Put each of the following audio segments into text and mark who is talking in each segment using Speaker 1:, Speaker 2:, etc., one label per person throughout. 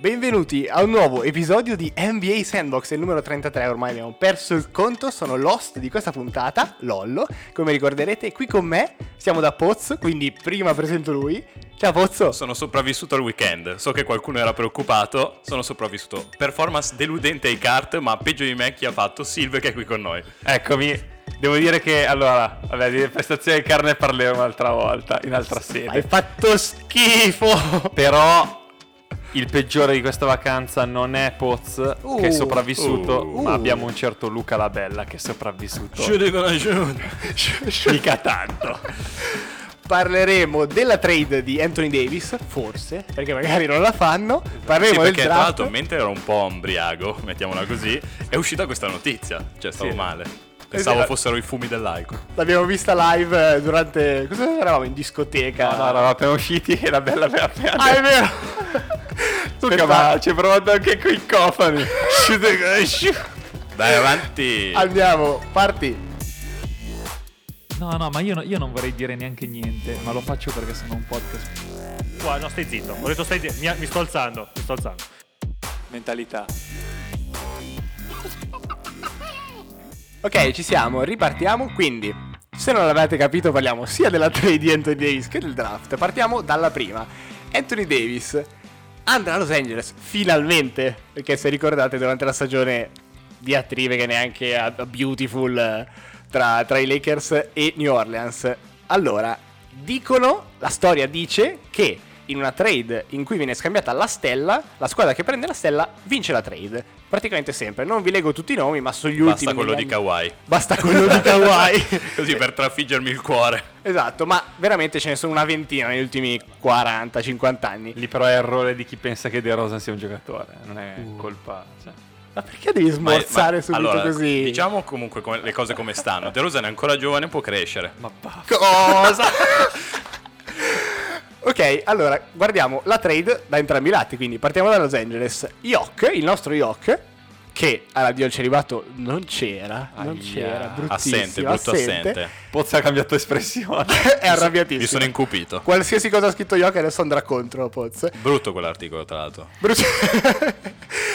Speaker 1: Benvenuti a un nuovo episodio di NBA Sandbox, il numero 33 ormai abbiamo perso il conto, sono l'host di questa puntata, Lollo, come ricorderete qui con me siamo da Pozzo, quindi prima presento lui. Ciao Pozzo!
Speaker 2: Sono sopravvissuto al weekend, so che qualcuno era preoccupato, sono sopravvissuto. Performance deludente ai kart, ma peggio di me chi ha fatto? Silve che è qui con noi.
Speaker 3: Eccomi. Devo dire che allora, vabbè, di prestazioni di carne parleremo un'altra volta, in altra
Speaker 1: Hai
Speaker 3: sede.
Speaker 1: fatto schifo!
Speaker 3: Però il peggiore di questa vacanza non è Poz che è
Speaker 1: Uh,
Speaker 3: sopravvissuto,
Speaker 2: uh.
Speaker 3: ma abbiamo un certo Luca la Bella che è sopravvissuto. Mica tanto.
Speaker 1: Parleremo della trade di Anthony Davis, forse, perché magari non la fanno. Parleremo
Speaker 2: Sì, perché
Speaker 1: del
Speaker 2: tra l'altro
Speaker 1: draft.
Speaker 2: mentre ero un po' ombriago, mettiamola così, è uscita questa notizia. Cioè, stavo
Speaker 3: Sì.
Speaker 2: male. Pensavo
Speaker 1: vero.
Speaker 2: fossero i fumi dell'alcol.
Speaker 1: L'abbiamo vista live eh, durante... Cosa eravamo? In discoteca?
Speaker 3: No, no, eravamo appena usciti e la Bella aveva appena
Speaker 1: Ah, è vero!
Speaker 3: Luca, ma ci hai provato anche con i cofani.
Speaker 2: Dai avanti.
Speaker 1: Andiamo, parti!
Speaker 4: No, no, ma io, no- io non vorrei dire neanche niente, ma lo faccio perché sono un podcast.
Speaker 5: Qua, no, stai zitto. Ho detto stai zitto. Mi, mi sto alzando. Mi sto alzando.
Speaker 3: Mentalità.
Speaker 1: Ok, ci siamo, ripartiamo, quindi se non l'avete capito parliamo sia della trade di Anthony Davis che del draft. Partiamo dalla prima. Anthony Davis andrà a Los Angeles, finalmente, perché se ricordate durante la stagione di attrive che neanche a a Beautiful eh, tra, tra i Lakers e New Orleans. Allora, dicono, la storia dice che in una trade in cui viene scambiata la stella, la squadra che prende la stella vince la trade. Praticamente sempre, non vi leggo tutti i nomi, ma sugli
Speaker 2: Basta
Speaker 1: ultimi
Speaker 2: quello di
Speaker 1: anni-
Speaker 2: Kawaii.
Speaker 1: Basta quello di Kawhi.
Speaker 2: Così per trafiggermi il cuore.
Speaker 1: esatto, ma veramente ce ne sono una ventina negli ultimi 40-50 anni.
Speaker 3: Lì però è errore di chi pensa che De Rosa sia un giocatore, non è
Speaker 4: Uh.
Speaker 3: colpa. Cioè.
Speaker 1: Ma perché devi
Speaker 2: Ma- ma-
Speaker 1: smorzare subito
Speaker 2: allora,
Speaker 1: così?
Speaker 2: Diciamo comunque come- le cose come stanno. De Rosen è ancora giovane, può crescere.
Speaker 3: Ma basta.
Speaker 1: Cosa? ok, allora guardiamo la trade da entrambi i lati, quindi partiamo da Los Angeles. Yok, il nostro Yok, che all'addio al celibato non c'era, non
Speaker 3: Ahia.
Speaker 1: c'era, bruttissimo,
Speaker 2: Assente, brutto assente.
Speaker 3: Pozza ha cambiato espressione.
Speaker 1: È arrabbiatissimo.
Speaker 2: Mi sono incupito.
Speaker 1: Qualsiasi cosa ha scritto Yok adesso andrà contro Poz.
Speaker 2: Brutto quell'articolo, tra l'altro.
Speaker 1: Brucia...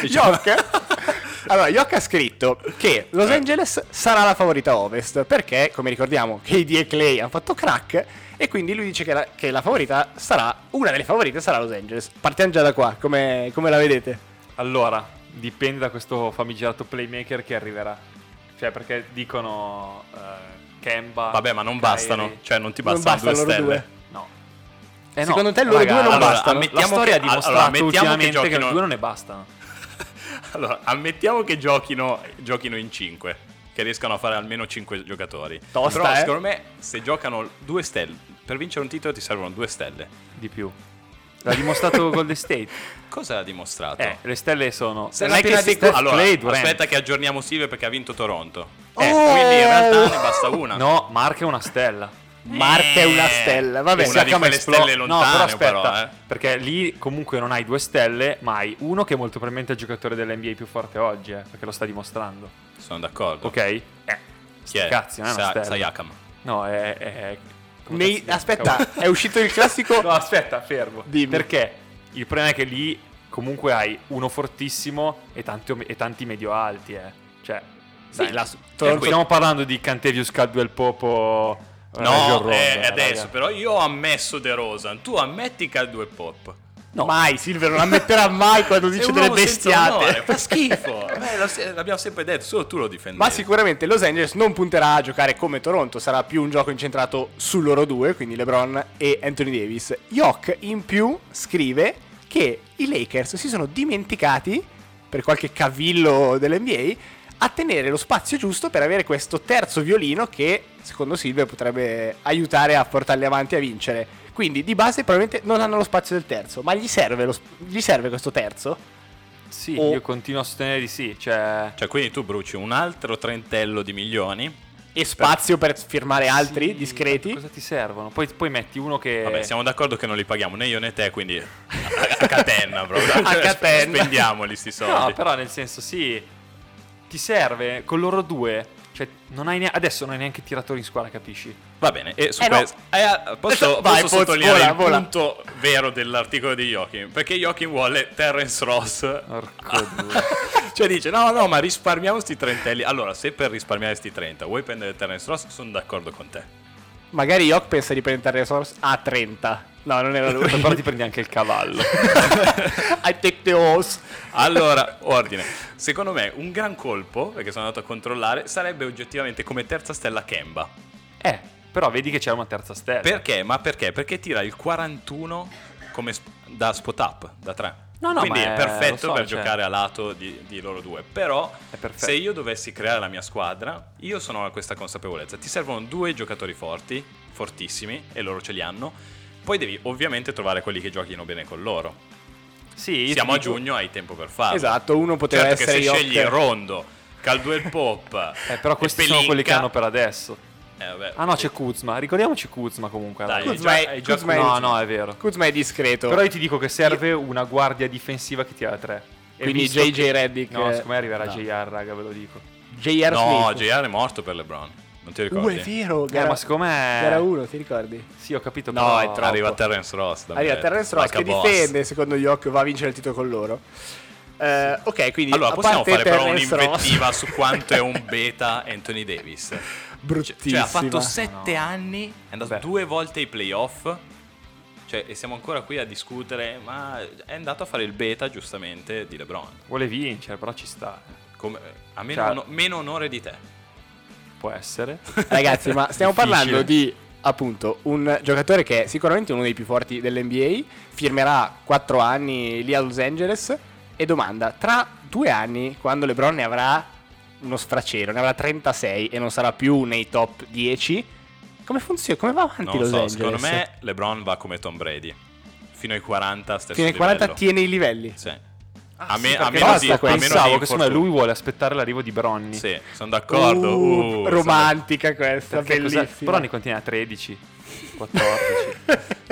Speaker 2: Diciamo-
Speaker 1: Yok. Allora, Yok ha scritto che Los
Speaker 2: Eh.
Speaker 1: Angeles sarà la favorita a ovest perché, come ricordiamo, KD e Clay hanno fatto crack e quindi lui dice che la, che la favorita sarà, una delle favorite sarà Los Angeles. Partiamo già da qua, come, come la vedete?
Speaker 3: Allora, dipende da questo famigerato playmaker che arriverà. Cioè, perché dicono eh, Kemba.
Speaker 2: Vabbè, ma non
Speaker 3: Kyrie.
Speaker 2: bastano. Cioè, non ti
Speaker 1: Non
Speaker 2: bastano,
Speaker 1: bastano
Speaker 2: due
Speaker 1: loro
Speaker 2: stelle.
Speaker 1: due.
Speaker 3: Eh, No.
Speaker 1: Secondo te loro due non
Speaker 3: allora,
Speaker 1: bastano?
Speaker 3: La
Speaker 2: ammettiamo
Speaker 3: storia
Speaker 2: che-
Speaker 3: ha dimostrato
Speaker 2: allora, ammettiamo che
Speaker 3: ultimamente che,
Speaker 2: giochino-
Speaker 3: i due non ne bastano.
Speaker 2: Allora, ammettiamo che giochino, giochino in 5, che riescano a fare almeno 5 giocatori.
Speaker 1: Tosta,
Speaker 2: Però
Speaker 1: eh.
Speaker 2: secondo me se giocano due stelle, per vincere un titolo ti servono due stelle.
Speaker 3: Di più. L'ha dimostrato Golden State.
Speaker 2: Cosa ha dimostrato?
Speaker 3: Eh, le stelle sono...
Speaker 2: Se
Speaker 3: non
Speaker 2: la
Speaker 3: è che
Speaker 2: tira di-
Speaker 3: Steph
Speaker 2: allora,
Speaker 3: Clay, Durant.
Speaker 2: aspetta che aggiorniamo Silve perché ha vinto Toronto.
Speaker 1: Eh.
Speaker 2: Eh, quindi in realtà
Speaker 1: Oh.
Speaker 2: ne basta una.
Speaker 3: No, Mark è una stella.
Speaker 1: Marca è una stella, vabbè,
Speaker 2: Eh. una
Speaker 1: sia
Speaker 2: di
Speaker 1: come
Speaker 2: quelle
Speaker 1: esplo-
Speaker 2: stelle lontane però,
Speaker 3: no, però aspetta,
Speaker 2: eh.
Speaker 3: perché lì comunque non hai due stelle, ma hai uno che molto probabilmente è il giocatore dell'NBA più forte oggi, eh, perché lo sta dimostrando.
Speaker 2: Sono d'accordo.
Speaker 3: Ok? Eh,
Speaker 2: Chi è?
Speaker 3: cazzi, non è una
Speaker 2: Sa-
Speaker 3: stella.
Speaker 2: Sayakam.
Speaker 3: No, è... è- come
Speaker 1: Nei-
Speaker 3: cazzo
Speaker 2: cioè,
Speaker 3: si chiama?
Speaker 1: aspetta, è uscito il classico...
Speaker 3: No, aspetta, fermo.
Speaker 1: Dimmi.
Speaker 3: Perché il problema è che lì comunque hai uno fortissimo e tanti, e tanti medio alti, eh. Cioè, dai, la- Ecco,
Speaker 2: Toronto-
Speaker 3: stiamo parlando di Cantevius Caldwell Popo... eh, Rajon
Speaker 2: No,
Speaker 3: Rondo,
Speaker 2: eh,
Speaker 3: eh,
Speaker 2: adesso
Speaker 3: raga.
Speaker 2: però io ho ammesso De Rosan, tu ammetti che ha due pop.
Speaker 1: Mai, Silver non ammetterà mai quando dice
Speaker 2: È un
Speaker 1: delle
Speaker 2: uomo senza onore,
Speaker 1: bestiate.
Speaker 2: Fa schifo. Beh, lo se- l'abbiamo sempre detto, solo tu lo difendi.
Speaker 1: Ma sicuramente Los Angeles non punterà a giocare come Toronto, sarà più un gioco incentrato su loro due, quindi LeBron e Anthony Davis. Yok in più scrive che i Lakers si sono dimenticati, per qualche cavillo dell'NBA, a tenere lo spazio giusto per avere questo terzo violino che, secondo Silvia, potrebbe aiutare a portarli avanti a vincere. Quindi di base probabilmente non hanno lo spazio del terzo, ma gli serve, lo sp- gli serve questo terzo?
Speaker 3: Sì,
Speaker 1: o-
Speaker 3: io continuo a sostenere di sì, cioè...
Speaker 2: Cioè, quindi tu bruci un altro trentello di milioni.
Speaker 1: E spazio per firmare Cioè, altri
Speaker 3: Sì,
Speaker 1: discreti?
Speaker 3: Cosa ti servono? Poi, poi metti uno che.
Speaker 2: Vabbè, siamo d'accordo che non li paghiamo né io né te, quindi a, a catenna proprio.
Speaker 1: A
Speaker 2: Cioè,
Speaker 1: catenna.
Speaker 2: Spendiamoli sti soldi.
Speaker 3: No, però nel senso, sì. Ti serve con loro due. Cioè, non hai ne- adesso non hai neanche tiratori in squadra, capisci?
Speaker 2: Va bene, e su
Speaker 1: Eh, no.
Speaker 2: questo eh, posso,
Speaker 1: Adesso-
Speaker 2: posso
Speaker 1: vai, Poz,
Speaker 2: sottolineare
Speaker 1: vola,
Speaker 2: il
Speaker 1: vola.
Speaker 2: punto vero dell'articolo di Joachim, perché Joachim vuole Terence Ross.
Speaker 3: Porco
Speaker 2: cioè dice no no ma risparmiamo sti trentelli allora se per risparmiare sti 30 vuoi prendere Terence Ross sono d'accordo con te
Speaker 1: Magari Yok pensa di prendere Resource a 30. No, non era lui.
Speaker 3: Però ti prendi anche il cavallo.
Speaker 1: I take the horse.
Speaker 2: Allora, ordine. Secondo me un gran colpo, perché sono andato a controllare, sarebbe oggettivamente come terza stella Kemba.
Speaker 3: eh, però vedi che c'è una terza stella.
Speaker 2: Eh, Perché? Ma perché? Perché tira il 41 come sp- da spot up, da 3.
Speaker 3: No, no,
Speaker 2: Quindi
Speaker 3: ma
Speaker 2: è
Speaker 3: è-
Speaker 2: perfetto
Speaker 3: lo so,
Speaker 2: per
Speaker 3: cioè.
Speaker 2: giocare a lato di, di loro due. Però
Speaker 3: È perfetto.
Speaker 2: se io dovessi creare la mia squadra, io sono a questa consapevolezza. Ti servono due giocatori forti, fortissimi, e loro ce li hanno. Poi devi ovviamente trovare quelli che giochino bene con loro.
Speaker 3: Sì, io
Speaker 2: Siamo
Speaker 3: ti
Speaker 2: a
Speaker 3: dico-
Speaker 2: giugno, hai tempo per farlo.
Speaker 1: Esatto, uno poteva
Speaker 2: Ah. Certo che
Speaker 1: essere
Speaker 2: se
Speaker 1: Yok.
Speaker 2: scegli Rondo, Caldwell Pop,
Speaker 3: Eh, però questi
Speaker 2: e
Speaker 3: sono quelli che
Speaker 2: Pelinka-
Speaker 3: hanno per adesso.
Speaker 2: Eh, vabbè,
Speaker 3: Ah no,
Speaker 2: sì.
Speaker 3: c'è Kuzma. Ricordiamoci Kuzma comunque. alla
Speaker 2: Dai,
Speaker 3: fine.
Speaker 2: hai
Speaker 1: Kuzma
Speaker 2: già-
Speaker 1: è-
Speaker 2: hai già
Speaker 1: Kuzma è-
Speaker 2: conosciuto.
Speaker 3: No, no, è vero.
Speaker 1: Kuzma è discreto.
Speaker 3: Però io ti dico che serve una guardia difensiva che tira da tre. E
Speaker 1: Quindi
Speaker 3: visto
Speaker 1: JJ
Speaker 3: che-
Speaker 1: Reddick.
Speaker 3: No, secondo me arriverà
Speaker 2: no.
Speaker 3: JR, raga, ve lo dico.
Speaker 1: JR
Speaker 2: No,
Speaker 1: Smith.
Speaker 2: JR è morto per LeBron. Non ti
Speaker 1: Uh, è
Speaker 2: ricordi?
Speaker 1: vero.
Speaker 3: Eh, ma secondo me...
Speaker 1: Era uno, ti ricordi?
Speaker 3: Sì, ho capito.
Speaker 1: No,
Speaker 3: però-
Speaker 1: è troppo.
Speaker 2: Arriva Terence Ross. dammi
Speaker 1: Arriva
Speaker 2: retto.
Speaker 1: Terrence Ross
Speaker 2: Like
Speaker 1: che
Speaker 2: a boss.
Speaker 1: difende, secondo Yok, va a vincere il titolo con loro. Eh, ok, quindi
Speaker 2: Allora,
Speaker 1: a
Speaker 2: possiamo
Speaker 1: parte
Speaker 2: fare però
Speaker 1: Terrence Ross-
Speaker 2: un'invettiva su quanto è un beta Anthony Davis. Cioè,
Speaker 1: bruttissima.
Speaker 2: cioè, ha fatto sette anni, è andato
Speaker 3: Beh.
Speaker 2: due volte ai playoff. Cioè, e siamo ancora qui a discutere, ma è andato a fare il beta, giustamente, di LeBron.
Speaker 3: Vuole vincere, però ci sta.
Speaker 2: Come- a meno,
Speaker 3: Cioè-
Speaker 2: ono- meno onore di te.
Speaker 3: Può essere.
Speaker 1: Ragazzi, ma stiamo
Speaker 3: Difficile.
Speaker 1: parlando di appunto un giocatore che è sicuramente uno dei più forti dell'NBA, firmerà 4 anni lì a Los Angeles e domanda, tra due anni, quando LeBron ne avrà uno sfracero, ne avrà 36 e non sarà più nei top 10, come funziona? Come va avanti
Speaker 2: Non lo
Speaker 1: Los
Speaker 2: so,
Speaker 1: Angeles?
Speaker 2: secondo me LeBron va come Tom Brady. Fino ai 40 stesso
Speaker 1: Fino ai 40
Speaker 2: livello.
Speaker 1: tiene i livelli.
Speaker 2: Sì. a, me-
Speaker 1: Ah, sì,
Speaker 2: a
Speaker 1: perché
Speaker 2: meno di,
Speaker 1: basta
Speaker 2: a
Speaker 1: questo.
Speaker 2: meno di
Speaker 3: Pensavo che secondo me
Speaker 2: infortuni.
Speaker 3: lui vuole aspettare l'arrivo di Bronni.
Speaker 2: Sì, sono d'accordo.
Speaker 1: Uh,
Speaker 2: uh, sono-
Speaker 1: romantica questa,
Speaker 3: Perché cos'è?
Speaker 1: bellissima.
Speaker 3: Bronni continua a 13, 14.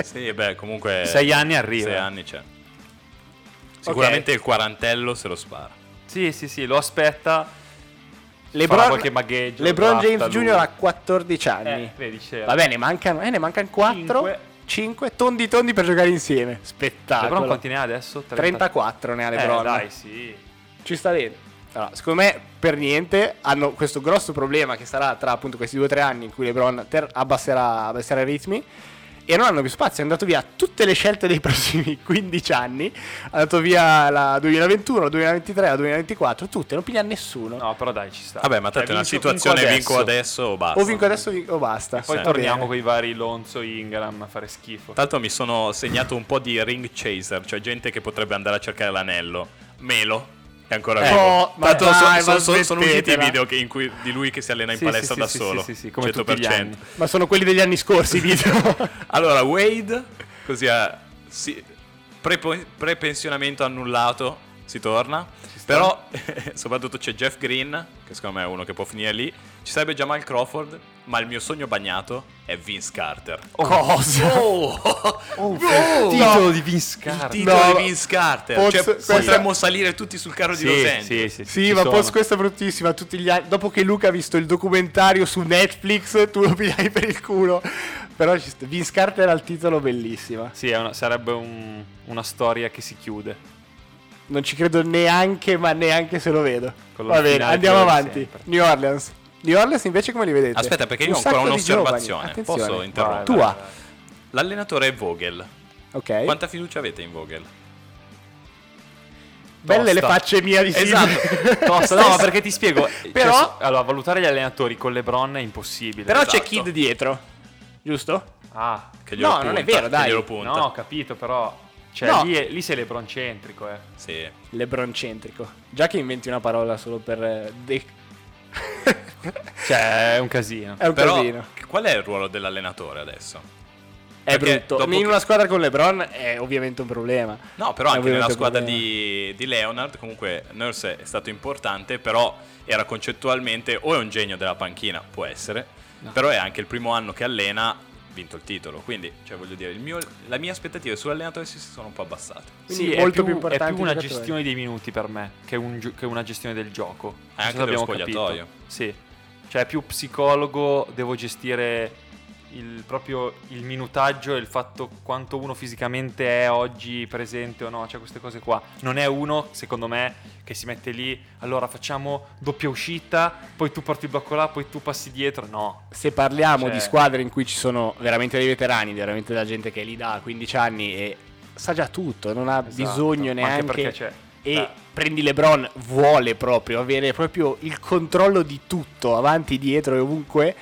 Speaker 2: Sì, beh, comunque...
Speaker 3: Sei anni arriva.
Speaker 2: Sei anni c'è. Sicuramente il quarantello se lo spara.
Speaker 3: sì, sì, sì, lo aspetta.
Speaker 1: LeBron,
Speaker 3: farà qualche magheggio,
Speaker 1: LeBron
Speaker 3: drafta
Speaker 1: James
Speaker 3: lui.
Speaker 1: Jr. ha 14 anni.
Speaker 3: Eh, vedi, c'era.
Speaker 1: Va bene, mancano, eh, ne mancano 4,
Speaker 3: Cinque.
Speaker 1: 5 tondi tondi per giocare insieme. Spettacolo.
Speaker 3: LeBron quanti ne ha Cioè, adesso? 30?
Speaker 1: 34 ne ha
Speaker 3: Eh,
Speaker 1: LeBron.
Speaker 3: dai, sì.
Speaker 1: Ci sta bene. Allora, secondo me per niente hanno questo grosso problema che sarà tra appunto questi 2-3 anni in cui LeBron ter- abbasserà, abbasserà i ritmi e non hanno più spazio, è andato via tutte le scelte dei prossimi 15 anni, è andato via la 2021, la 2023, la 2024, tutte, non piglia nessuno.
Speaker 3: No, però dai, ci sta.
Speaker 2: Vabbè, ma tanto è
Speaker 3: Cioè,
Speaker 2: una
Speaker 3: vinco-
Speaker 2: situazione
Speaker 3: vinco
Speaker 2: vinco adesso o basta.
Speaker 1: O vinco adesso o vinco- o basta.
Speaker 3: Poi
Speaker 2: Sì.
Speaker 3: torniamo con i vari Lonzo Ingram a fare schifo.
Speaker 2: Tanto mi sono segnato un po' di ring chaser, cioè gente che potrebbe andare a cercare l'anello. Melo è ancora
Speaker 1: Eh,
Speaker 2: vivo.
Speaker 1: oh, ma
Speaker 2: Tanto
Speaker 1: dai,
Speaker 2: so-
Speaker 1: ma
Speaker 2: so- so- sono usciti i
Speaker 1: smettetela.
Speaker 2: video che- in cui, di lui che si allena in
Speaker 3: Sì,
Speaker 2: palestra
Speaker 3: sì,
Speaker 2: da
Speaker 3: sì,
Speaker 2: solo.
Speaker 3: sì, sì, sì, come tutti gli anni.
Speaker 1: Ma sono quelli degli anni scorsi, i video.
Speaker 2: Allora, Wade, così a si- prepo- prepensionamento annullato, si torna. Però, soprattutto c'è Jeff Green, che secondo me è uno che può finire lì. Ci sarebbe Jamal Crawford, ma il mio sogno bagnato è Vince Carter.
Speaker 1: Cosa?
Speaker 2: Oh!
Speaker 1: No.
Speaker 3: titolo di Vince
Speaker 2: Il
Speaker 3: Carter.
Speaker 2: titolo
Speaker 1: No.
Speaker 2: di Vince Carter.
Speaker 1: Poz-
Speaker 2: Cioè,
Speaker 1: questo-
Speaker 2: potremmo salire tutti sul carro di Los
Speaker 3: Sì,
Speaker 2: Angeles.
Speaker 3: sì, sì.
Speaker 1: Sì,
Speaker 3: ci
Speaker 1: ma
Speaker 3: sono.
Speaker 1: post questa è bruttissima. Tutti gli anni- Dopo che Luca ha visto il documentario su Netflix, tu lo pigliai per il culo. Però ci sta- Vince Carter ha il titolo bellissima.
Speaker 3: Sì, è una- sarebbe un- una storia che si chiude.
Speaker 1: Non ci credo neanche, ma neanche se lo vedo.
Speaker 3: Con lo
Speaker 1: Va bene,
Speaker 3: finale
Speaker 1: andiamo
Speaker 3: come
Speaker 1: avanti.
Speaker 3: sempre.
Speaker 1: New Orleans. New Orleans invece come li vedete?
Speaker 2: Aspetta, perché
Speaker 1: Un
Speaker 2: io ho ancora
Speaker 1: sacco di
Speaker 2: un'osservazione.
Speaker 1: giovani.
Speaker 2: Posso
Speaker 1: Attenzione.
Speaker 2: interrompere?
Speaker 1: Tua.
Speaker 2: L'allenatore è Vogel.
Speaker 1: Ok.
Speaker 2: Quanta fiducia avete in Vogel?
Speaker 1: Belle le
Speaker 3: Tosta.
Speaker 1: facce mia di Silvio.
Speaker 2: Esatto.
Speaker 3: Tosta, no, ma perché ti spiego.
Speaker 1: Però-
Speaker 3: cioè, allora, valutare gli allenatori con LeBron è impossibile.
Speaker 1: Però c'è
Speaker 2: Esatto.
Speaker 1: Kid dietro. Giusto?
Speaker 3: Ah,
Speaker 2: Che glielo
Speaker 1: No, non è
Speaker 2: punta,
Speaker 1: vero,
Speaker 2: che
Speaker 1: dai.
Speaker 2: glielo punta.
Speaker 3: no, ho capito, però. Cioè,
Speaker 1: No.
Speaker 3: lì, è- lì sei LeBron centrico, eh.
Speaker 2: Sì.
Speaker 1: Lebroncentrico. Già che inventi una parola solo per... eh, de-
Speaker 3: Cioè, è un casino.
Speaker 1: È un
Speaker 2: Però
Speaker 1: casino.
Speaker 2: qual è il ruolo dell'allenatore adesso?
Speaker 1: È
Speaker 2: Perché
Speaker 1: brutto.
Speaker 2: dopo
Speaker 1: In
Speaker 2: che-
Speaker 1: una squadra con LeBron è ovviamente un problema.
Speaker 2: No, però
Speaker 1: È
Speaker 2: anche nella
Speaker 1: ovviamente un
Speaker 2: squadra
Speaker 1: problema.
Speaker 2: di, di Leonard comunque Nurse è stato importante, però era concettualmente o è un genio della panchina, può essere, però è anche il primo anno che allena, ha vinto il titolo, quindi cioè, voglio dire, il mio- la mia aspettativa sull'allenatore si si sono un po' abbassate.
Speaker 1: Quindi
Speaker 3: sì,
Speaker 1: molto
Speaker 3: è più,
Speaker 1: più importanti
Speaker 3: è più una
Speaker 1: i giocatori.
Speaker 3: gestione dei minuti per me che, un gio- che una gestione del gioco. Non so
Speaker 2: anche
Speaker 3: se
Speaker 2: dello
Speaker 3: abbiamo capito.
Speaker 2: spogliatoio.
Speaker 3: Sì. Cioè, è più psicologo, devo gestire il proprio il minutaggio e il fatto quanto uno fisicamente è oggi presente o no, cioè queste cose qua. Non è uno, secondo me, che si mette lì, allora facciamo doppia uscita, poi tu porti il blocco là, poi tu passi dietro. No,
Speaker 1: se parliamo
Speaker 3: Cioè-
Speaker 1: di squadre in cui ci sono veramente dei veterani, veramente della gente che è lì da 15 anni e sa già tutto, non ha
Speaker 3: Esatto.
Speaker 1: bisogno
Speaker 3: Ma anche
Speaker 1: neanche.
Speaker 3: perché c'è-
Speaker 1: e
Speaker 3: Beh.
Speaker 1: prendi LeBron, vuole proprio avere proprio il controllo di tutto, avanti, dietro e ovunque.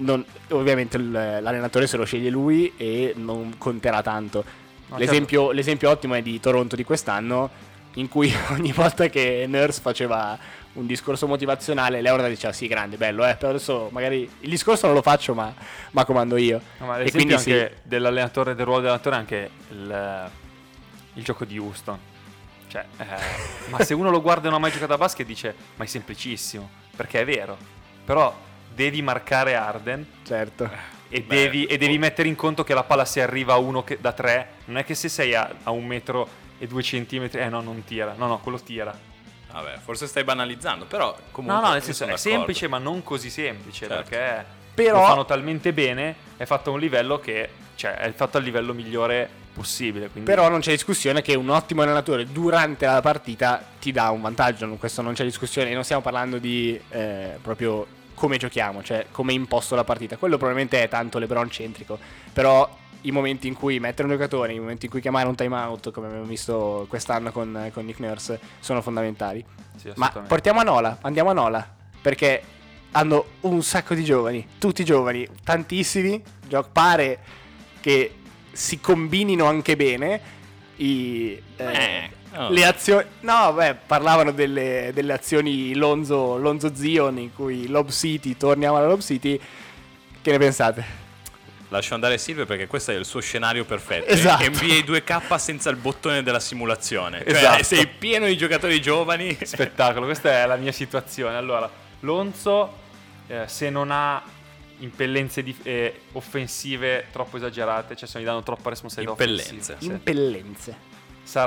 Speaker 1: Non- ovviamente il- l'allenatore se lo sceglie lui e non conterà tanto.
Speaker 3: No, certo.
Speaker 1: l'esempio, l'esempio ottimo è di Toronto di quest'anno. In cui ogni volta che Nurse faceva un discorso motivazionale, Leonard diceva: Sì, grande, bello, eh. Però adesso magari il discorso non lo faccio, ma, ma comando io.
Speaker 3: No,
Speaker 1: e
Speaker 3: ma l'esempio
Speaker 1: quindi sì,
Speaker 3: anche dell'allenatore, del ruolo dell'allenatore è anche il, il gioco di Houston. Cioè, eh, ma se uno lo guarda e non ha mai giocato a basket dice, ma è semplicissimo, perché è vero. Però devi marcare Arden
Speaker 1: certo.
Speaker 3: e,
Speaker 2: Beh,
Speaker 3: devi, e devi
Speaker 2: oh.
Speaker 3: mettere in conto che la palla se arriva a uno che- da tre, non è che se sei a, a un metro e due centimetri, eh no, non tira, no, no, quello tira.
Speaker 2: Vabbè, forse stai banalizzando, però comunque...
Speaker 3: No, no, nel
Speaker 2: io
Speaker 3: senso
Speaker 2: sono
Speaker 3: è
Speaker 2: d'accordo.
Speaker 3: semplice, ma non così semplice
Speaker 2: Certo.
Speaker 3: perché
Speaker 1: Però-
Speaker 3: lo fanno talmente bene, è fatto a un livello che, cioè, è fatto al livello migliore possibile. Quindi,
Speaker 1: Però non c'è discussione che un ottimo allenatore durante la partita ti dà un vantaggio, non- questo non c'è discussione, non stiamo parlando di eh, proprio come giochiamo, cioè come imposto la partita, quello probabilmente è tanto LeBron centrico, però i momenti in cui mettere un giocatore, i momenti in cui chiamare un timeout, come abbiamo visto quest'anno con, con Nick Nurse, sono fondamentali.
Speaker 3: Sì,
Speaker 1: Ma
Speaker 3: assolutamente.
Speaker 1: portiamo a Nola, andiamo a Nola, perché hanno un sacco di giovani, tutti giovani, tantissimi, gio- pare che si combinino anche bene i, eh,
Speaker 2: Eh, oh.
Speaker 1: le azioni... No, beh, parlavano delle, delle azioni Lonzo, Lonzo Zion in cui Lob City, torniamo alla Lob City, che ne pensate?
Speaker 2: Lascio andare Silvio perché questo è il suo scenario perfetto. eh,
Speaker 1: Esatto.
Speaker 2: NBA 2K senza il bottone della simulazione. Cioè,
Speaker 3: Esatto.
Speaker 2: sei pieno di giocatori giovani.
Speaker 3: spettacolo, questa è la mia situazione. Allora, Lonzo, eh, se non ha impellenze dif- eh, offensive troppo esagerate, cioè se gli danno troppa responsabilità
Speaker 2: Impellenze.
Speaker 3: offensiva, sì.
Speaker 1: Impellenze.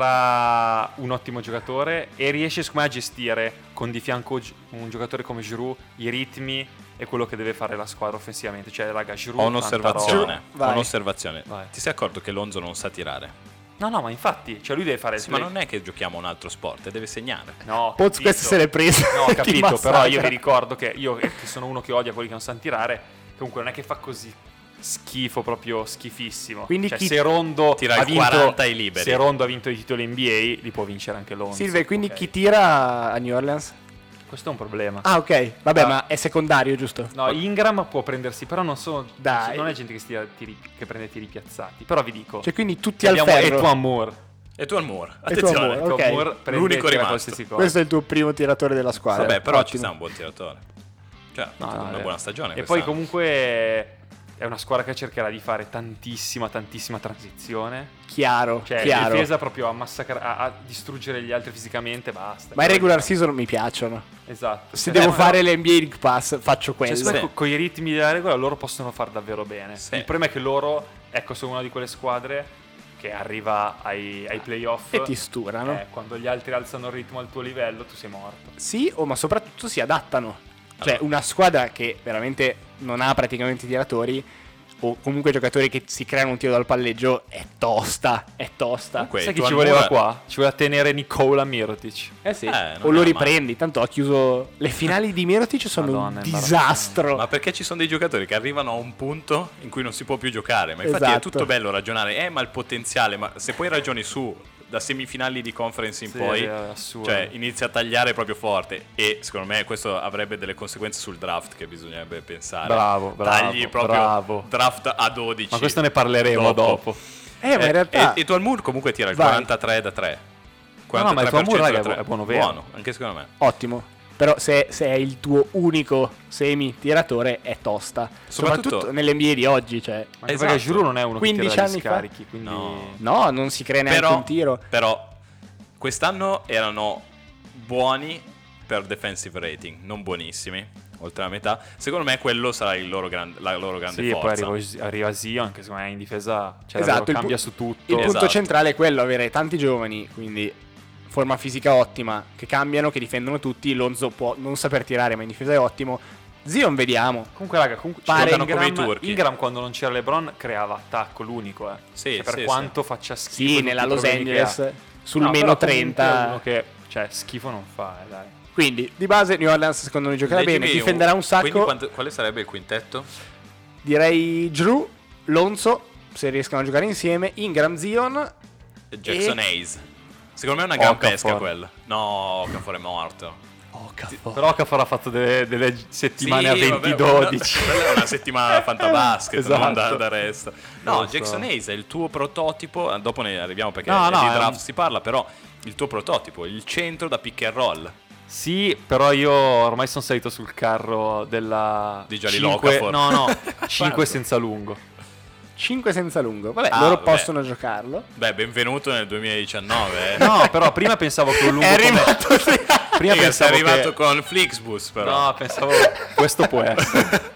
Speaker 3: sarà un ottimo giocatore e riesce secondo me a gestire con di fianco gi- un giocatore come Giroud i ritmi e quello che deve fare la squadra offensivamente. Cioè, raga, Giroud
Speaker 2: Ho
Speaker 3: tanta roba.
Speaker 2: un'osservazione.
Speaker 1: Giù,
Speaker 2: Ho
Speaker 1: vai.
Speaker 2: un'osservazione.
Speaker 3: Vai.
Speaker 2: Ti sei accorto che Lonzo non sa tirare?
Speaker 3: No, no, ma infatti, cioè lui deve fare il
Speaker 2: Sì, ma
Speaker 3: play-
Speaker 2: non è che giochiamo un altro sport, deve segnare.
Speaker 3: No,
Speaker 1: Poz
Speaker 3: capito.
Speaker 1: questa se l'è presa.
Speaker 3: No, ho
Speaker 1: Ti
Speaker 3: capito, però
Speaker 1: massacra.
Speaker 3: io vi ricordo che io eh, che sono uno che odia quelli che non sanno tirare, comunque non è che fa così schifo proprio schifissimo.
Speaker 1: Quindi
Speaker 3: cioè,
Speaker 1: chi
Speaker 3: se Rondo
Speaker 2: tira
Speaker 3: ha
Speaker 2: il
Speaker 3: vinto
Speaker 2: 40 ai liberi.
Speaker 3: Se Rondo ha vinto i titoli NBA, li può vincere anche Lonzo.
Speaker 1: Silve, quindi
Speaker 3: ok?
Speaker 1: chi tira a New Orleans?
Speaker 3: Questo è un problema.
Speaker 1: Ah, ok, vabbè,
Speaker 3: Ah.
Speaker 1: ma è secondario, giusto?
Speaker 3: No, Ingram può prendersi, però non sono.
Speaker 1: Dai.
Speaker 3: Non è gente che, si tira tiri- che prende tiri piazzati. Però vi dico.
Speaker 1: Cioè, quindi tutti al
Speaker 3: abbiamo
Speaker 1: ferro.
Speaker 3: Etuan Moore.
Speaker 2: E tu al Moore.
Speaker 1: E tu al
Speaker 2: Attenzione.
Speaker 1: Moore.
Speaker 3: Etuan
Speaker 1: Ok.
Speaker 3: Moore prende
Speaker 2: L'unico
Speaker 3: e tira
Speaker 2: rimasto.
Speaker 3: qualsiasi cosa.
Speaker 1: Questo è il tuo primo tiratore della squadra.
Speaker 2: Vabbè, però ci
Speaker 1: Ottimo.
Speaker 2: sta un buon tiratore. Cioè, ha
Speaker 3: No,
Speaker 2: fatto
Speaker 3: no,
Speaker 2: una
Speaker 3: eh.
Speaker 2: buona stagione.
Speaker 3: E poi
Speaker 2: quest'anno.
Speaker 3: comunque è una squadra che cercherà di fare tantissima, tantissima transizione.
Speaker 1: Chiaro,
Speaker 3: Cioè,
Speaker 1: chiaro.
Speaker 3: difesa proprio a massacrare, a, a distruggere gli altri fisicamente, e basta.
Speaker 1: Ma i regular season mi piacciono.
Speaker 3: Esatto.
Speaker 1: Se
Speaker 3: Eh,
Speaker 1: devo
Speaker 3: ma-
Speaker 1: fare l'NBA League Pass, faccio
Speaker 3: Cioè,
Speaker 1: quello.
Speaker 3: secondo me
Speaker 2: Sì.
Speaker 3: co- con i ritmi della regola loro possono far davvero bene.
Speaker 2: Sì.
Speaker 3: Il problema è che loro, ecco, sono una di quelle squadre che arriva ai, ai playoff
Speaker 1: E ti sturano.
Speaker 3: Eh, quando gli altri alzano il ritmo al tuo livello, tu sei morto.
Speaker 1: Sì, o ma soprattutto si adattano. Cioè,
Speaker 2: Allora.
Speaker 1: una squadra che veramente non ha praticamente tiratori, o comunque giocatori che si creano un tiro dal palleggio, è tosta. È tosta.
Speaker 2: Comunque- Quei
Speaker 3: Sai chi
Speaker 2: tuoi
Speaker 3: ci voleva
Speaker 2: Moore-
Speaker 3: qua? Ci voleva tenere Nicola Mirotic.
Speaker 1: Eh sì.
Speaker 2: Eh, non
Speaker 1: o lo
Speaker 2: era
Speaker 1: riprendi. Tanto ha chiuso. Le finali di Mirotic sono
Speaker 3: Madonna,
Speaker 1: un
Speaker 3: è
Speaker 1: disastro.
Speaker 2: Ma perché ci sono dei giocatori che arrivano a un punto in cui non si può più giocare? Ma infatti è
Speaker 1: Esatto.
Speaker 2: tutto bello ragionare, eh, ma il potenziale, ma se poi ragioni su da semifinali di conference in
Speaker 3: Sì, eh.
Speaker 2: poi,
Speaker 3: è assurdo.
Speaker 2: cioè inizia a tagliare proprio forte e secondo me questo avrebbe delle conseguenze sul draft che bisognerebbe pensare.
Speaker 3: Bravo, bravo,
Speaker 2: Tagli proprio
Speaker 3: bravo.
Speaker 2: draft a 12.
Speaker 3: Ma questo ne parleremo dopo.
Speaker 1: eh, ma in realtà.
Speaker 2: e, e Tualmur comunque tira il
Speaker 1: Vai.
Speaker 2: 43 da 3.
Speaker 3: No, no, ma il
Speaker 2: 43%
Speaker 3: Tualmur, raga,
Speaker 2: da tre.
Speaker 3: è buono, vero?
Speaker 2: Buono, anche secondo me.
Speaker 1: Ottimo. Però se, se è il tuo unico semi tiratore è tosta.
Speaker 2: Soprattutto-
Speaker 1: Soprattutto, nell'NBA di oggi, cioè.
Speaker 3: Ma anche
Speaker 2: Esatto.
Speaker 3: perché Giroud non è uno che
Speaker 1: 15
Speaker 3: tira gli
Speaker 1: anni fa?
Speaker 3: scarichi, quindi...
Speaker 2: No.
Speaker 3: Mm.
Speaker 1: No, non si crea neanche
Speaker 2: però,
Speaker 1: un tiro.
Speaker 2: però quest'anno erano buoni per defensive rating, non buonissimi, oltre la metà. Secondo me quello sarà il loro gran- la loro grande
Speaker 3: Sì, e poi
Speaker 2: forza.
Speaker 3: arriva, arriva Zio, anche secondo me in difesa cioè,
Speaker 1: Esatto,
Speaker 3: davvero
Speaker 1: il pu-
Speaker 3: cambia su tutto.
Speaker 1: Il punto
Speaker 2: Esatto.
Speaker 1: centrale è quello, avere tanti giovani, quindi forma fisica ottima, che cambiano, che difendono tutti. Lonzo può non saper tirare, ma in difesa è ottimo. Zion vediamo.
Speaker 3: Comunque, raga, comunque
Speaker 2: Pare-
Speaker 3: Ingram,
Speaker 2: giocano come i turchi.
Speaker 3: Ingram quando non c'era LeBron creava attacco l'unico, eh.
Speaker 2: Sì,
Speaker 3: Cioè, per
Speaker 2: sì,
Speaker 3: quanto faccia schifo
Speaker 1: Sì,
Speaker 3: tutti
Speaker 1: nella
Speaker 3: i
Speaker 1: Los
Speaker 3: problemi che ha.
Speaker 1: Angeles sul
Speaker 3: No,
Speaker 1: meno
Speaker 3: però comunque è
Speaker 1: 30.
Speaker 3: uno che cioè schifo non fa, eh, dai.
Speaker 1: Quindi, di base, New Orleans secondo me giocherà
Speaker 2: Leggimi
Speaker 1: bene. Difenderà un sacco.
Speaker 2: Quindi quanto- quale sarebbe il quintetto?
Speaker 1: Direi Drew, Lonzo, se riescono a giocare insieme, Ingram, Zion.
Speaker 2: Jackson Hayes. Secondo me è una
Speaker 3: Oh,
Speaker 2: gran pesca
Speaker 3: Okafor.
Speaker 2: quella. No, Okafor è morto.
Speaker 3: Però Okafor ha fatto delle, delle settimane
Speaker 2: Sì,
Speaker 3: a
Speaker 2: vabbè,
Speaker 3: 20-12.
Speaker 2: Quella, quella è una settimana fantabasket, non da,
Speaker 3: Esatto.
Speaker 2: da resto. No,
Speaker 3: Non so.
Speaker 2: Jackson Hayes è il tuo prototipo. eh, Dopo ne arriviamo perché
Speaker 3: No,
Speaker 2: di
Speaker 3: no, è
Speaker 2: draft
Speaker 3: un-
Speaker 2: si parla, però il tuo prototipo, il centro da pick and roll.
Speaker 3: Sì, però io ormai sono salito sul carro della
Speaker 2: Di Gialli
Speaker 3: cinque-
Speaker 2: Okafor.
Speaker 3: No, no,
Speaker 2: Quanto?
Speaker 3: 5 senza lungo.
Speaker 1: 5 senza lungo. Vabbè,
Speaker 2: Ah,
Speaker 1: loro
Speaker 2: vabbè.
Speaker 1: possono giocarlo.
Speaker 2: Beh, benvenuto nel 2019. eh.
Speaker 3: No, però prima pensavo che un lungo
Speaker 1: È
Speaker 3: come-
Speaker 1: arrivato
Speaker 3: prima
Speaker 2: Figa, sei
Speaker 3: pensavo
Speaker 2: arrivato
Speaker 3: che...
Speaker 2: con Flixbus, però.
Speaker 3: No, pensavo questo può essere.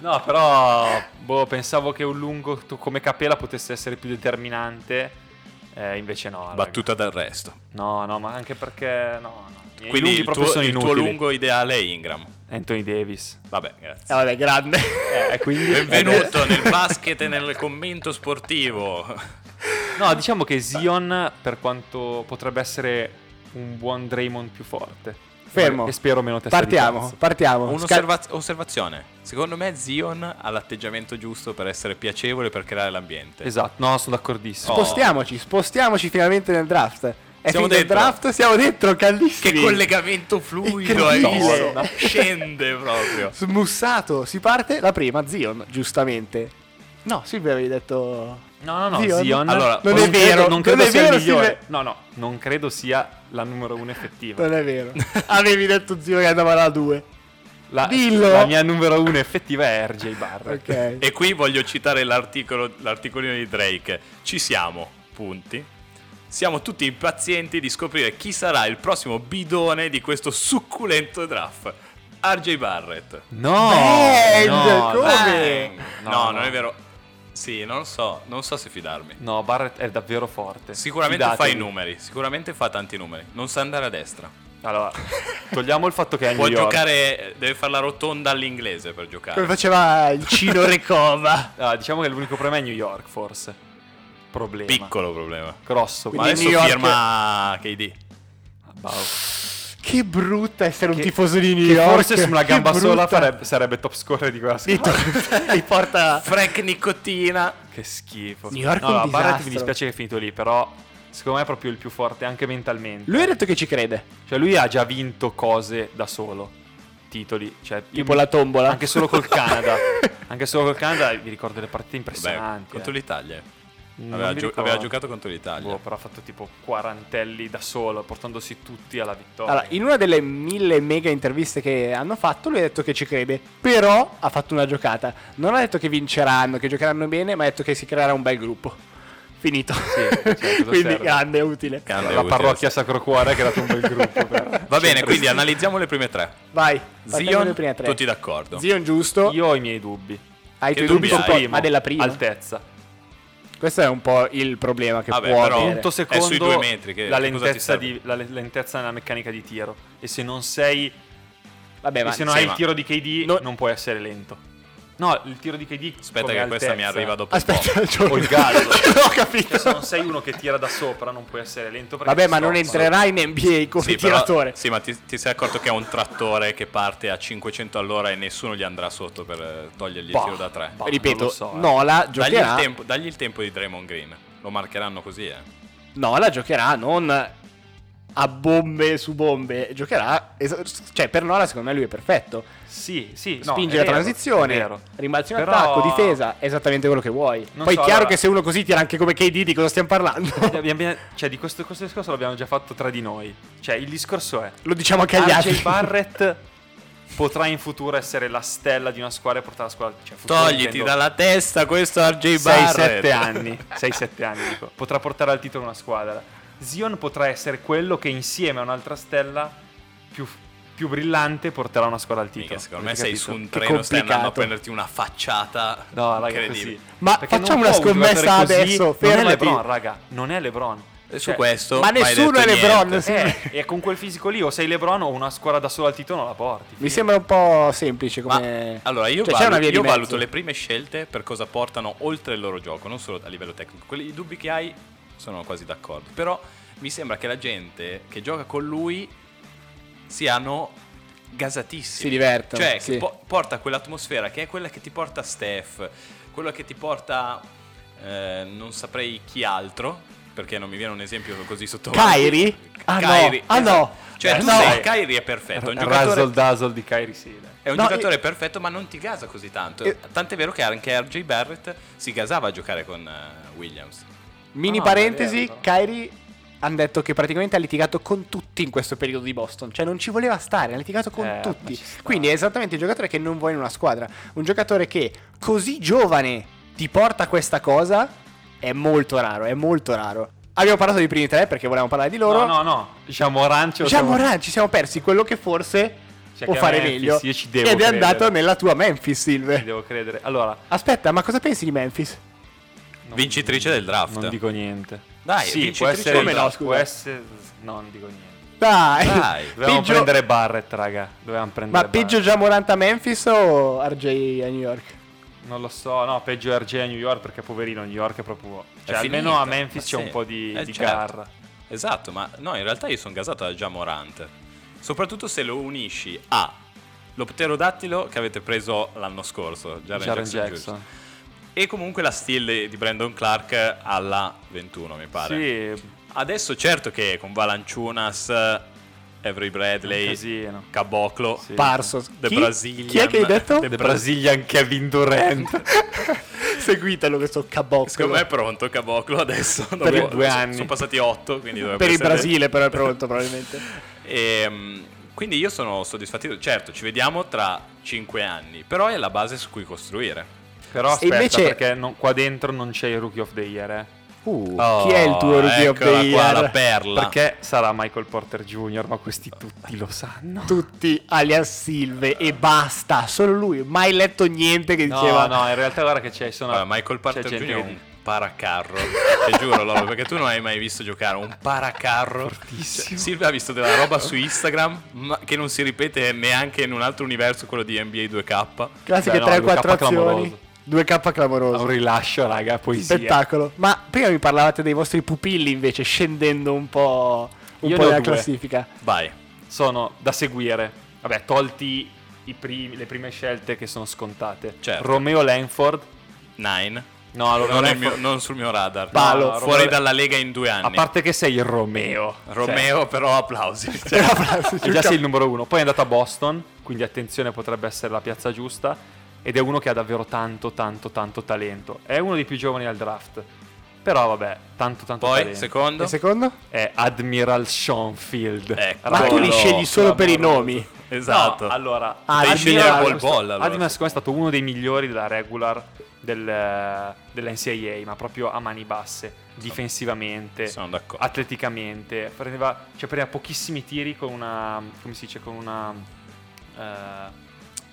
Speaker 3: No, però boh, pensavo che un lungo t- come Capela potesse essere più determinante. Eh, invece no. raga.
Speaker 2: Battuta dal resto.
Speaker 3: No, no, ma anche perché no, no. I
Speaker 2: Quindi
Speaker 3: lunghi
Speaker 2: il
Speaker 3: proprio
Speaker 2: tuo,
Speaker 3: sono
Speaker 2: il tuo
Speaker 3: inutili.
Speaker 2: lungo ideale è Ingram.
Speaker 3: Anthony Davis.
Speaker 2: Vabbè, grazie.
Speaker 1: Eh, vabbè, grande.
Speaker 3: Eh, quindi
Speaker 1: Eh,
Speaker 2: Benvenuto nel basket e nel commento sportivo.
Speaker 3: No, diciamo che Zion, per quanto potrebbe essere un buon Draymond più forte.
Speaker 1: Fermo.
Speaker 3: E spero meno testa di
Speaker 1: partiamo,
Speaker 3: cazzo.
Speaker 1: partiamo. Sca-
Speaker 2: Un'osservazione. Secondo me Zion ha l'atteggiamento giusto per essere piacevole e per creare l'ambiente.
Speaker 3: Esatto, no, sono d'accordissimo.
Speaker 2: Oh.
Speaker 1: spostiamoci, spostiamoci finalmente nel draft. È
Speaker 2: Siamo
Speaker 1: finito il
Speaker 2: dentro.
Speaker 1: draft, siamo dentro,
Speaker 2: Che
Speaker 1: caldissimi.
Speaker 2: collegamento fluido, hai
Speaker 1: Incredibile.
Speaker 2: visto? Scende proprio.
Speaker 1: Smussato, si parte la prima, Zion, giustamente. No, Silvia avevi detto...
Speaker 3: No, no, no,
Speaker 1: Zion?
Speaker 3: Zion.
Speaker 1: Allora, non è
Speaker 3: credo-
Speaker 1: vero,
Speaker 3: non credo
Speaker 1: non è
Speaker 3: sia
Speaker 1: vero,
Speaker 3: il migliore.
Speaker 1: Silve-
Speaker 3: No, no, non credo sia la numero uno effettiva.
Speaker 1: Non è vero. avevi detto zio che andava alla 2.
Speaker 3: La,
Speaker 1: Dillo.
Speaker 3: la mia numero uno effettiva è RJ Barrett.
Speaker 1: Ok.
Speaker 2: E qui voglio citare l'articolo, l'articolino di Drake. Ci siamo, punti. Siamo tutti impazienti di scoprire chi sarà il prossimo bidone di questo succulento draft. RJ Barrett.
Speaker 3: No,
Speaker 1: Band,
Speaker 3: no,
Speaker 1: come?
Speaker 2: No,
Speaker 3: No,
Speaker 2: non
Speaker 3: no.
Speaker 2: è vero. Sì, non lo so, non so se fidarmi.
Speaker 3: No, Barrett è davvero forte.
Speaker 2: Sicuramente fa i
Speaker 3: Fidatevi.
Speaker 2: numeri, sicuramente fa tanti numeri. Non sa andare a destra.
Speaker 3: Allora, togliamo il fatto che è a
Speaker 2: Può
Speaker 3: New York.
Speaker 2: giocare, deve fare la rotonda all'inglese per
Speaker 1: Come
Speaker 2: giocare.
Speaker 1: faceva il Cino Recova.
Speaker 3: Ah, diciamo che l'unico problema è New York, forse. Problema.
Speaker 2: Piccolo problema.
Speaker 3: Grosso.
Speaker 2: Ma
Speaker 1: Quindi
Speaker 2: adesso
Speaker 1: New York-
Speaker 2: firma KD.
Speaker 3: ma- Bau.
Speaker 1: Che brutta essere un
Speaker 3: Che-
Speaker 1: tifoso di New
Speaker 3: Che
Speaker 1: York.
Speaker 3: forse su una
Speaker 1: Che
Speaker 3: gamba sola
Speaker 1: brutta.
Speaker 3: farebbe- sarebbe top scorer di quella
Speaker 1: Dito,
Speaker 3: squadra.
Speaker 1: li porta
Speaker 2: Frank Nicotina.
Speaker 3: che schifo.
Speaker 1: New York è
Speaker 3: no,
Speaker 1: un
Speaker 3: allora, Barrett
Speaker 1: disastro.
Speaker 3: mi dispiace che è finito lì, però secondo me è proprio il più forte anche mentalmente.
Speaker 1: Lui ha detto che ci crede.
Speaker 3: Cioè lui ha già vinto cose da solo. Titoli, cioè io
Speaker 1: Tipo
Speaker 3: mi-
Speaker 1: la tombola.
Speaker 3: anche solo col Canada. anche solo col Canada mi ricordo delle partite impressionanti.
Speaker 2: Beh, contro
Speaker 3: eh.
Speaker 2: l'Italia.
Speaker 3: Non
Speaker 2: Aveva,
Speaker 3: mi
Speaker 2: gio-
Speaker 3: ricordo.
Speaker 2: aveva giocato contro l'Italia.
Speaker 3: Boh, però ha fatto tipo quarantelli da solo, portandosi tutti alla vittoria.
Speaker 1: Allora, in una delle mille mega interviste che hanno fatto, lui ha detto che ci crede. Però ha fatto una giocata. Non ha detto che vinceranno, che giocheranno bene, ma ha detto che si creerà un bel gruppo. Finito.
Speaker 3: cioè, cosa
Speaker 1: Quindi
Speaker 3: serve?
Speaker 1: grande, utile.
Speaker 2: Grande,
Speaker 3: la
Speaker 2: utile.
Speaker 3: parrocchia Sacro Cuore che ha dato un bel gruppo. però.
Speaker 2: Va bene, quindi analizziamo le prime tre.
Speaker 1: Vai. partiamo dalle
Speaker 2: Zion,
Speaker 1: prime tre.
Speaker 2: tutti d'accordo.
Speaker 1: Zion giusto.
Speaker 3: Io ho i miei dubbi.
Speaker 1: Hai i
Speaker 2: che
Speaker 1: tuoi dubbi
Speaker 2: dubbi
Speaker 1: su
Speaker 2: hai?
Speaker 1: poi-
Speaker 2: Primo,
Speaker 1: ma Ah, della prima.
Speaker 3: Altezza.
Speaker 1: Questo è un po' il problema che
Speaker 2: Vabbè,
Speaker 1: può
Speaker 2: però-
Speaker 1: avere.
Speaker 3: Punto
Speaker 2: È sui
Speaker 3: secondo
Speaker 2: due metri, che-
Speaker 3: la,
Speaker 2: che cosa ti
Speaker 3: lentezza
Speaker 2: serve?
Speaker 3: di, la le- lentezza nella meccanica di tiro. E se non sei.
Speaker 1: Vabbè,
Speaker 3: e
Speaker 1: ma
Speaker 3: se non
Speaker 2: sì,
Speaker 3: hai
Speaker 2: ma-
Speaker 3: il tiro di KD,
Speaker 1: No.
Speaker 3: non puoi essere lento. No, il tiro di KD.
Speaker 2: Aspetta,
Speaker 3: come
Speaker 2: che questa mi
Speaker 3: altezza.
Speaker 2: arriva dopo. un po'.
Speaker 1: Aspetta,
Speaker 3: O il gallo.
Speaker 1: Ho
Speaker 3: Cioè,
Speaker 1: capito.
Speaker 3: se non sei uno che tira da sopra, non puoi essere lento. perché
Speaker 1: Vabbè,
Speaker 3: ti
Speaker 1: ma non
Speaker 3: stoppano.
Speaker 1: entrerai in NBA come
Speaker 2: Sì, però-
Speaker 1: tiratore.
Speaker 2: sì, ma ti, ti sei accorto che è un trattore che parte a 500 all'ora e nessuno gli andrà sotto per eh, togliergli il
Speaker 3: Bah,
Speaker 2: tiro da tre.
Speaker 3: bah. non
Speaker 1: Ripeto,
Speaker 3: lo so, eh.
Speaker 1: Nola
Speaker 2: Dagli il,
Speaker 1: giocherà.
Speaker 2: tempo, dagli il tempo di Draymond Green. Lo marcheranno così, eh.
Speaker 1: Nola giocherà non a bombe su bombe. Giocherà. es- cioè, per Nola, secondo me, lui è perfetto.
Speaker 3: Sì, sì. no,
Speaker 1: Spinge
Speaker 3: è
Speaker 1: la
Speaker 3: vero, è
Speaker 1: transizione,
Speaker 3: vero.
Speaker 1: rimbalzo in
Speaker 3: Però-
Speaker 1: attacco, difesa. È esattamente quello che vuoi.
Speaker 3: Non
Speaker 1: Poi è
Speaker 3: so,
Speaker 1: chiaro
Speaker 3: allora-
Speaker 1: che se uno così tira anche come KD, di cosa stiamo parlando?
Speaker 3: Abbiamo- abbiamo- cioè, di questo, questo discorso l'abbiamo già fatto tra di noi. Cioè, il discorso è:
Speaker 1: Lo diciamo anche agli altri.
Speaker 3: RJ Barrett potrà in futuro essere la stella di una squadra e portare la squadra. Cioè, futuro
Speaker 2: Togliti
Speaker 3: intendo
Speaker 2: dalla testa questo RJ Barrett.
Speaker 3: 6-7 anni. 6-7 anni, dico. Potrà portare al titolo una squadra. Zion potrà essere quello che insieme a un'altra stella più, più brillante porterà una squadra al titolo.
Speaker 2: Mica, secondo me
Speaker 3: Avete
Speaker 2: sei
Speaker 3: capito?
Speaker 2: su un
Speaker 1: Che
Speaker 2: treno, stai andando
Speaker 1: complicato.
Speaker 2: a prenderti una facciata
Speaker 3: No, raga,
Speaker 2: incredibile.
Speaker 3: così.
Speaker 1: Ma
Speaker 3: Perché
Speaker 1: facciamo
Speaker 3: non
Speaker 1: una
Speaker 3: può un
Speaker 1: scommessa
Speaker 3: giocatore così-
Speaker 1: adesso,
Speaker 3: Non è
Speaker 1: fermati.
Speaker 3: LeBron, raga. Non è LeBron.
Speaker 2: E Eh, su
Speaker 3: Cioè,
Speaker 2: questo
Speaker 1: ma
Speaker 2: mai
Speaker 1: nessuno
Speaker 2: detto
Speaker 1: è LeBron,
Speaker 2: niente.
Speaker 1: sì.
Speaker 3: Eh, e con quel fisico lì o sei LeBron o una squadra da sola al titolo non la porti.
Speaker 1: Mi sembra un po' semplice
Speaker 2: Ma
Speaker 1: come...
Speaker 2: allora io,
Speaker 1: Cioè, c'è una
Speaker 2: valuto,
Speaker 1: via di
Speaker 2: io
Speaker 1: mezzo.
Speaker 2: valuto le prime scelte per cosa portano oltre il loro gioco, non solo a livello tecnico. Quelli, I dubbi che hai sono quasi d'accordo. Però mi sembra che la gente che gioca con lui siano gasatissimi.
Speaker 1: Si divertono,
Speaker 2: Cioè,
Speaker 1: sì.
Speaker 2: che po- porta quell'atmosfera che è quella che ti porta Steph, quella che ti porta eh, non saprei chi altro. Perché non mi viene un esempio così sotto
Speaker 1: Kyrie? Ah, no.
Speaker 2: Kyrie,
Speaker 1: Ah, no.
Speaker 2: esatto. Cioè,
Speaker 1: Eh,
Speaker 2: tu
Speaker 1: no.
Speaker 2: sei Kyrie è perfetto. È un giocatore
Speaker 3: Razzle dazzle di Kyrie Sile.
Speaker 2: è un
Speaker 1: No,
Speaker 2: giocatore perfetto, ma non ti gasa così tanto.
Speaker 1: Eh.
Speaker 2: Tant'è vero che anche RJ Barrett si gasava a giocare con eh, Williams.
Speaker 1: Mini
Speaker 3: Ah,
Speaker 1: parentesi,
Speaker 3: vero.
Speaker 1: Kyrie hanno detto che praticamente ha litigato con tutti in questo periodo di Boston, cioè non ci voleva stare, ha litigato con
Speaker 3: Eh, ma
Speaker 1: tutti.
Speaker 3: ci sta.
Speaker 1: Quindi è esattamente il giocatore che non vuoi in una squadra, un giocatore che così giovane ti porta questa cosa è molto raro, è molto raro. Abbiamo parlato dei primi tre perché volevamo parlare di loro.
Speaker 3: No, no, no. Diciamo Rancio.
Speaker 1: Già Moran, ci siamo persi quello che forse
Speaker 3: Cioè,
Speaker 1: può
Speaker 3: che a
Speaker 1: fare
Speaker 3: Memphis
Speaker 1: meglio.
Speaker 3: io ci devo
Speaker 1: Ed è
Speaker 3: credere.
Speaker 1: andato nella tua Memphis, Silve.
Speaker 3: devo credere. Allora,
Speaker 1: Aspetta, ma cosa pensi di Memphis?
Speaker 3: non-
Speaker 2: Vincitrice del draft.
Speaker 3: Non dico niente.
Speaker 2: Dai,
Speaker 3: sì,
Speaker 2: vincitrice
Speaker 3: può essere
Speaker 1: come no,
Speaker 3: può
Speaker 1: scusa.
Speaker 3: essere no, non dico niente. Eh,
Speaker 1: Dai,
Speaker 2: Dai,
Speaker 3: Dovevamo
Speaker 1: Peggio-
Speaker 3: prendere Barrett, raga. Dovevamo prendere
Speaker 1: ma peggio
Speaker 3: Barrett.
Speaker 1: già Morant a Memphis o RJ a New York?
Speaker 3: Non lo so, no, peggio RJ a New York perché poverino New York è proprio cioè
Speaker 2: È
Speaker 3: almeno
Speaker 2: finita.
Speaker 3: a Memphis
Speaker 2: Ma
Speaker 3: c'è
Speaker 2: sì.
Speaker 3: un po' di,
Speaker 2: Eh,
Speaker 3: di
Speaker 2: certo.
Speaker 3: garra.
Speaker 2: Esatto, ma no, in realtà io sono gasato da Jamorant. Soprattutto se lo unisci a lo pterodattilo che avete preso l'anno scorso, Jaren,
Speaker 3: Jaren
Speaker 2: Jackson,
Speaker 3: Jackson.
Speaker 2: Jr. E comunque la stile di Brandon Clark alla 21, mi pare.
Speaker 3: Sì,
Speaker 2: Adesso certo che con Valanciunas, Avery
Speaker 3: un
Speaker 2: Bradley,
Speaker 3: casino.
Speaker 2: Caboclo,
Speaker 3: Sì.
Speaker 1: Parsons.
Speaker 2: The
Speaker 1: Chi?
Speaker 2: Brazilian.
Speaker 1: Chi è che hai detto?
Speaker 2: The
Speaker 3: The
Speaker 2: Bra-
Speaker 3: Brazilian Kevin Durant.
Speaker 1: Seguitelo questo caboclo.
Speaker 2: Secondo me è pronto Caboclo adesso. dopo-
Speaker 1: i
Speaker 3: due
Speaker 2: sono-
Speaker 3: anni.
Speaker 2: Sono passati otto, quindi dovrebbe
Speaker 1: per il
Speaker 2: essere-
Speaker 1: Brasile però è pronto probabilmente.
Speaker 2: Ehm, quindi io sono soddisfatto. Certo, ci vediamo tra cinque anni, però è la base su cui costruire.
Speaker 3: Però aspetta,
Speaker 1: invece-
Speaker 3: perché non- qua dentro non c'è il Rookie of the Year, eh.
Speaker 1: Uh,
Speaker 2: Oh,
Speaker 1: chi è il tuo rookie of the
Speaker 2: eccola qua
Speaker 1: year?
Speaker 2: la perla.
Speaker 3: Perché sarà Michael Porter Jr., ma questi tutti lo sanno.
Speaker 1: Tutti alias Silve e basta, solo lui, mai letto niente che diceva.
Speaker 3: No, no, in realtà guarda che c'è, sono
Speaker 2: Guarda, Michael Porter
Speaker 3: c'è
Speaker 2: Jr.
Speaker 3: gente
Speaker 2: è
Speaker 3: che
Speaker 2: un paracarro. Ti giuro, Lolo, perché tu non hai mai visto giocare un paracarro. Cioè, Silvia ha visto della roba su Instagram ma che non si ripete neanche in un altro universo, quello di NBA 2K.
Speaker 1: Classiche
Speaker 3: Beh, no,
Speaker 1: 3-4
Speaker 3: 2K
Speaker 1: azioni.
Speaker 3: clamoroso.
Speaker 1: 2K
Speaker 3: Ha un
Speaker 1: clamoroso.
Speaker 3: rilascio, raga, poesia.
Speaker 1: Spettacolo. Ma prima mi parlavate dei vostri pupilli invece, scendendo un po', un
Speaker 3: Io
Speaker 1: po
Speaker 3: ne ho
Speaker 1: nella
Speaker 3: due.
Speaker 1: classifica.
Speaker 2: Vai.
Speaker 3: Sono da seguire. Vabbè, tolti i primi- le prime scelte che sono scontate.
Speaker 2: Certo.
Speaker 3: Romeo Langford.
Speaker 2: Nine.
Speaker 3: No, allora,
Speaker 2: non,
Speaker 3: Langford-
Speaker 2: nel mio- non sul mio radar.
Speaker 3: Palo.
Speaker 2: No, fuori
Speaker 3: Romeo-
Speaker 2: dalla Lega in due
Speaker 3: A
Speaker 2: anni.
Speaker 3: parte che sei Romeo.
Speaker 2: Romeo, però, applausi.
Speaker 3: Cioè, è
Speaker 1: Giuca-
Speaker 3: già sei il numero uno. Poi è andato a Boston, quindi attenzione, potrebbe essere la piazza giusta. Ed è uno che ha davvero tanto, tanto, tanto talento. È uno dei più giovani al draft. Però vabbè, tanto, tanto
Speaker 2: Poi,
Speaker 3: talento.
Speaker 2: secondo.
Speaker 1: E secondo?
Speaker 3: è Admiral Schoenfield.
Speaker 2: Ecco.
Speaker 1: Ma tu li
Speaker 2: no,
Speaker 1: scegli solo per i
Speaker 3: clamoroso.
Speaker 1: nomi.
Speaker 2: Esatto.
Speaker 3: No, allora,
Speaker 1: Ah,
Speaker 2: Devi
Speaker 1: Admiral-
Speaker 2: scegliere Paul
Speaker 3: questo-
Speaker 2: Ball, allora.
Speaker 3: Admiral, secondo me, è stato uno dei migliori della regular del, eh, dell'NCAA, ma proprio a mani basse, difensivamente,
Speaker 2: Sono d'accordo. Ah,
Speaker 3: atleticamente. Prendeva, cioè, prendeva pochissimi tiri con una. come si dice? Con una. eh,